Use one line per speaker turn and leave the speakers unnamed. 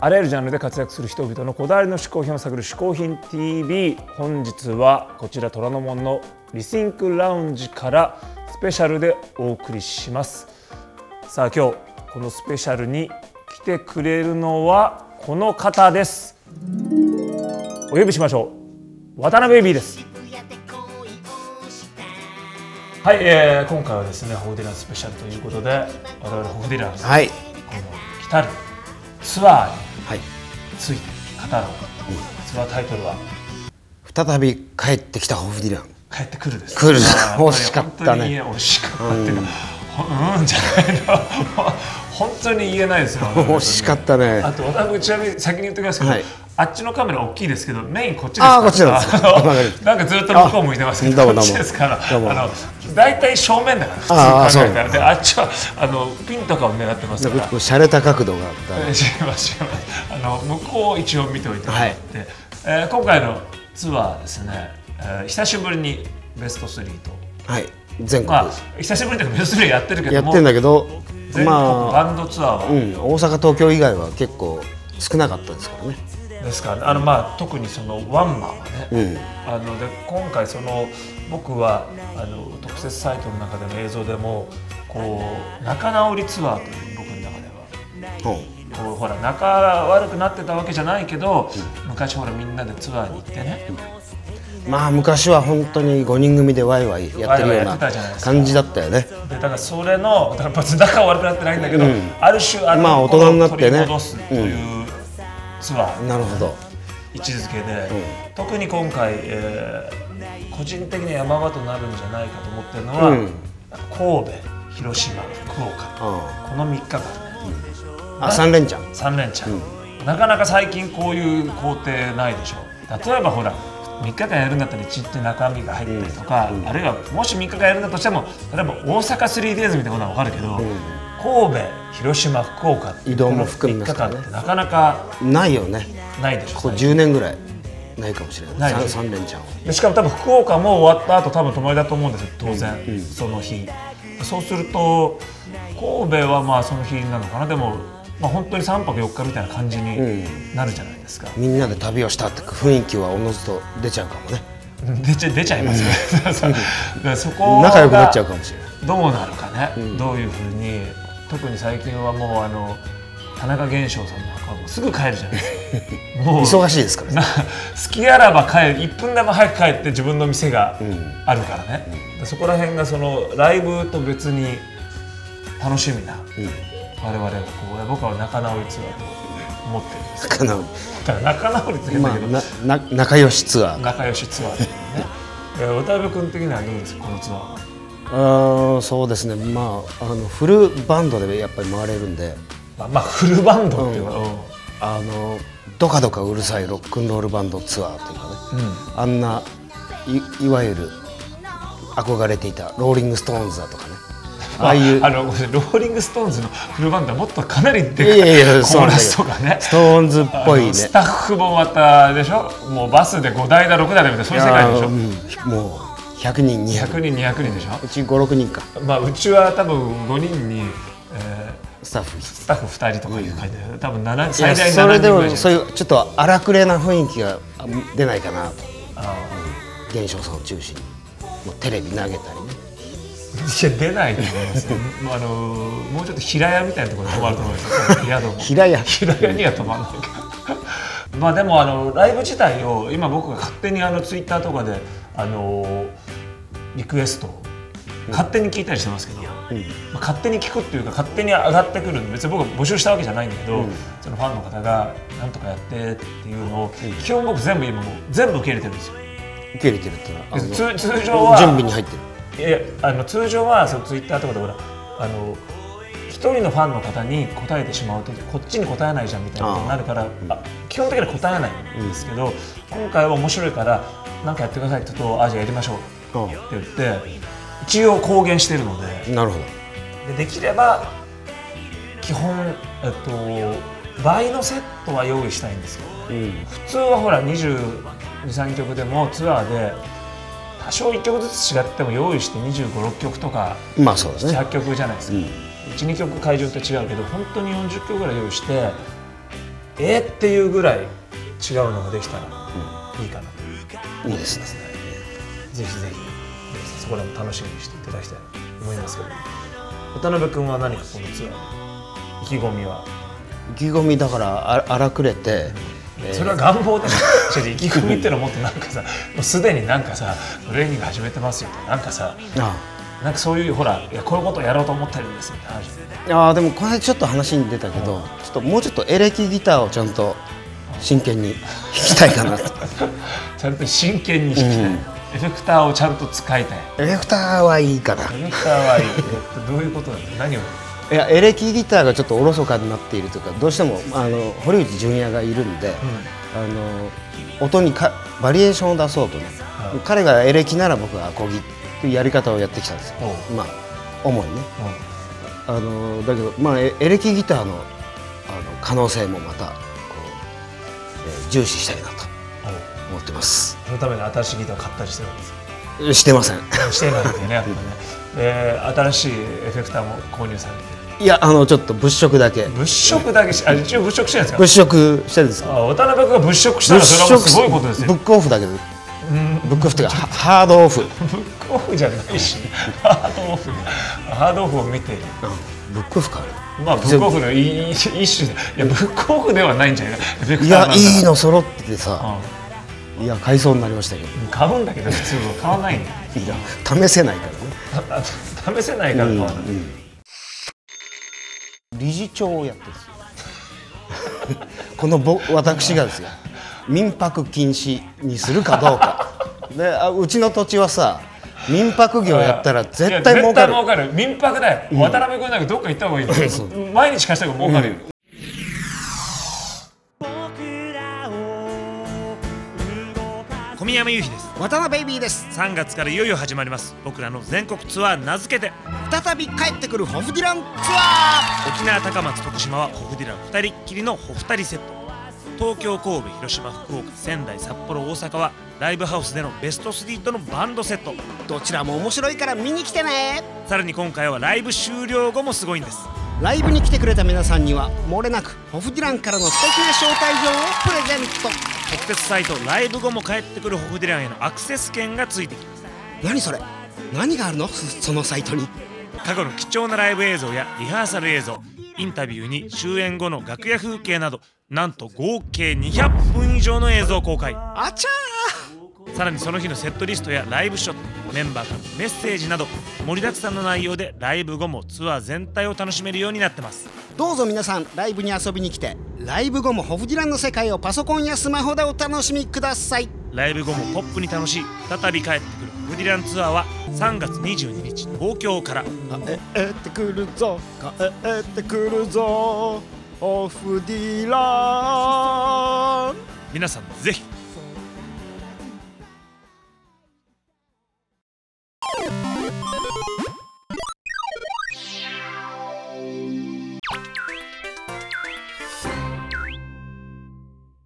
あらゆるジャンルで活躍する人々のこだわりの嗜好品を探る「嗜好品 TV」本日はこちら虎ノ門のリシンクラウンジからスペシャルでお送りしますさあ今日このスペシャルに来てくれるのはこの方ですお呼びしましょう渡辺ベイビーですはい、えー今回はですねホーディランスペシャルということで我々ホーディランス
はい。
この来たるツアーに
はい。
ついて語ろうツアータイトルは
再び帰ってきたホフディラン。
「帰ってくる」です
来る
あー
惜しかった
本
ね
当に惜しかったっていうかほうんじゃないのもう本当に言えないですよ
惜しかったね
あ。と渡辺君ちなみに先に言っておきますけど、
はい
あっちのカメラ大きいですけどメインこっちです
あーこっちなんですか
あの
わかりました
なんかずっと向こう向いてますけど
あどうも
こ
どうも
っちですからあ
どうも
の大体正面だから
あー
普通に考えたら
そう
であっちはあのピンとかを狙ってます
なん
か
からこう洒落た角度があったね。
えー違います違いますあの向こうを一応見ておいてもらって、
は
えー今回のツアーですね、えー久しぶりにベスト3と
はい。全国
まあ久しぶりというかベスト3やってるけど
やっ
も
てんだけど、
全国
まあ、
バンドツアー
う
は
ん、大阪東京以外は結構少なかったですからね。
ですから、あのまあ特にそのワンマンはね、
うん。
あので今回その僕はあの特設サイトの中での映像でもこう仲直りツアーという僕の中では
ほ
こうほら仲悪くなってたわけじゃないけど、昔ほらみんなでツアーに行ってね、
うまあ昔は本当に5人組でワイワイやってるよう
ワイワイやって
な
たじゃないですか
感じだったよね。
でだからそれのだから別に仲は悪くなってないんだけど、
うん
ある種あの
まあ大人になってね
取り戻すというツアー、
なるほど。
位置づけで、特に今回、えー個人的には山場となるんじゃないかと思ってるのは、
うん
神戸広島福岡
あ
この3日間、ね
あ、あ三連チャン。
3連チャン、なかなか最近こういう工程ないでしょ例えばほら3日間やるんだったら1日中身が入ったりとか、あるいはもし3日間やるんだとしても例えば大阪 3days みたいなことは分かるけど、神戸広島福岡って
移動も含み
3日
ます
間
から
っ
ね
てなかなか
ないよね。
ないでしょ
ここ10年ぐらいないかもしれ
な
ないい。
で
三
す
三連チャンは。
でしかも多分福岡も終わった後多分泊まりだと思うんですよ当然、その日そうすると神戸はまあその日なのかなでも、まあ、本当に3泊4日みたいな感じになるじゃないですか、
みんなで旅をしたって雰囲気はおのずと出ちゃうかもね
出ちゃ出ちゃいますよね そうだからそこ
仲良くなっちゃう
が
かもしれない
どうなるかね、どういうふうに特に最近はもうあの田中玄翔さんなんかはもうすぐ帰るじゃないですかもう
忙しいですからね
な好きあらば帰る1分でも早く帰って自分の店があるからね、そこら辺がそのライブと別に楽しみな、我々はこう僕は仲直りツアーと思ってるんです
仲直
だから仲直りって
り
言うん
ま
だ
あ
けど、
なな仲良しツアー
仲良しツアーっていうねえー渡辺君的にはどうですかこのツアーは
あーそうですねまああのフルバンドでやっぱり回れるんで
まあ、まあフルバンドっていうか、うん
あのドカドカうるさいロックンロールバンドツアーというかね、あんないいわゆる憧れていたローリング・ストーンズだとかねああいう
あのごめんなさいローリング・ストーンズのフルバンドはもっとかなりでか
い
い
やいやいや
コ
そ
ー
うな
ラ
んだけ
スと
ど
かね
ストーンズっぽい
あ
ね
のスタッフもまたでしょもうバスで5台だ6台だみたいなそういう世界でしょ
いやーうんもう100人200
100人200人でしょ
うち56人か
まあうちは多分5人に、え
スタッフ
ースタッフ2人とかいう感じで多分7
いや
最大7人
それで
ぐら
も
いじ
そ
ゃ
う
ない
いうちょっと荒くれな雰囲気があ出ないかなと現象さんを中心にもうテレビ投げたりね
いや出ないと思いますよもうあのーもうちょっと平屋みたいなところに泊まると思いますよ宿も
平屋
平屋には泊まんないけどまあでもあのライブ自体を今僕が勝手にあのツイッターとかであのリクエストを勝手に聞いたりしてますけど、まあ勝手に聞くっていうか勝手に上がってくるんで別に僕は募集したわけじゃないんだけど、そのファンの方がなんとかやってっていうのを、基本僕全部今もう全部受け入れてるんですよ。
受け入れてるっていうのはあの
通
準
通常は
備に入ってる
いやいやあの通常はそのツイッターとかでほらあの一人のファンの方に答えてしまうとこっちに答えないじゃんみたいなことになるからあ基本的には答えないんですけど、今回は面白いから何かやってくださいって言うとあじゃあやりましょう
あ
って言って一応公言してるので
あなるほど
でできれば基本、えっと、倍のセットは用意したいんですよ
うん
普通はほら223曲でもツアーで多少1曲ずつ違っても用意して256曲とか
まあそうですね
100曲じゃないですか、12曲会場って違うけど本当に40曲ぐらい用意してえーっていうぐらい違うのができたらいいかなと、
いいですね
ぜひぜひ皆さんそこらも楽しみにしていただきたいと思いますけど渡辺君は何かこのツアーの意気込みは、
意気込みだからあ荒くれて、えー
それは願望だし違う違う意気込みってのはもっとなんかさもうすでになんかさトレーニング始めてますよとかなんかさ
あ
なんかそういうほらいやこういうことをやろうと思ってるんですみたいな話
ああでもこの間ちょっと話に出たけど、ちょっともうちょっとエレキギターをちゃんと真剣に弾きたいかなと
ちゃんと真剣に弾きたい、
うん
エフェクターをちゃんと使いたい
エレクターはいいかな
エフェクターはいいえっとどういうことなんだ何を
いやエレキギターがちょっとおろそかになっているというかどうしてもあの堀内純也がいるんで、あの音にかバリエーションを出そうとね、
うん
彼がエレキなら僕はアコギというやり方をやってきたんですよ、
お
まあ主にね
う
あのだけど、まあ、エエレキギターのあの可能性もまたこう、えー重視したいなと
んうん
思ってます
そのために新しいギターを買ったりしてるんです
してません
してないんだよねやっぱねで新しいエフェクターも購入されて
いやあのちょっと物色だけ
物色だけしあ一応物色してるんですか
物色してるんですけど
あ渡辺君が物色したらそれはもうすごいことです
ブ
よ
ックオフだけどブックオフというかハハードオフ、うん
ブックオフじゃないしハードオフハードオフを見ている
ブックオフかあ
まあブックオフのいい一種でいやブックオフではないんじゃないエフェ
れ
ク
い
ターな
や
んだ
いいの揃っててさ、
の、
いや買いそうになりましたけど
うん、買うんだけど普通は買わないんだよ
いや試せないからね
た試せないから買わない、
理事長をやってるんですよ このぼ私がですよ民泊禁止にするかどうかであうちの土地はさ民泊業やったら絶対儲かる
いや絶対儲かる民泊だよ、渡辺君なんかどっか行った方がいいよ毎日貸した方が儲かるよ、小宮山由紀です
渡辺ベイビーです
3月からいよいよ始まります僕らの全国ツアー名付けて
再び帰ってくるホフディランツア
沖縄高松徳島はホフディラン2人っきりのホフ2人セット東京神戸広島福岡仙台札幌大阪はライブハウスでのベスト3とのバンドセット
ーどちらも面白いから見に来てね
さらに今回はライブ終了後もすごいんです
ライブに来てくれた皆さんには漏れなくホフディランからの素敵な招待状をプレゼント
特設サイトライブ後も帰ってくるホフディランへのアクセス券がついてきます
何それ何があるのそそのサイトに
過去の貴重なライブ映像やリハーサル映像インタビューに終演後の楽屋風景などなんと合計200分以上の映像公開
あちゃ
さらにその日のセットリストやライブショットメンバーからのメッセージなど盛りだくさんの内容でライブ後もツアー全体を楽しめるようになってます
ーどうぞ皆さんライブに遊びに来てライブ後もホフディランの世界をパソコンやスマホでお楽しみください
ライブ後もポップに楽しい再び帰ってくるホフディランツアーは3月22日東京から
帰ってくるぞ帰ってくるぞホフディラン
皆さんぜひ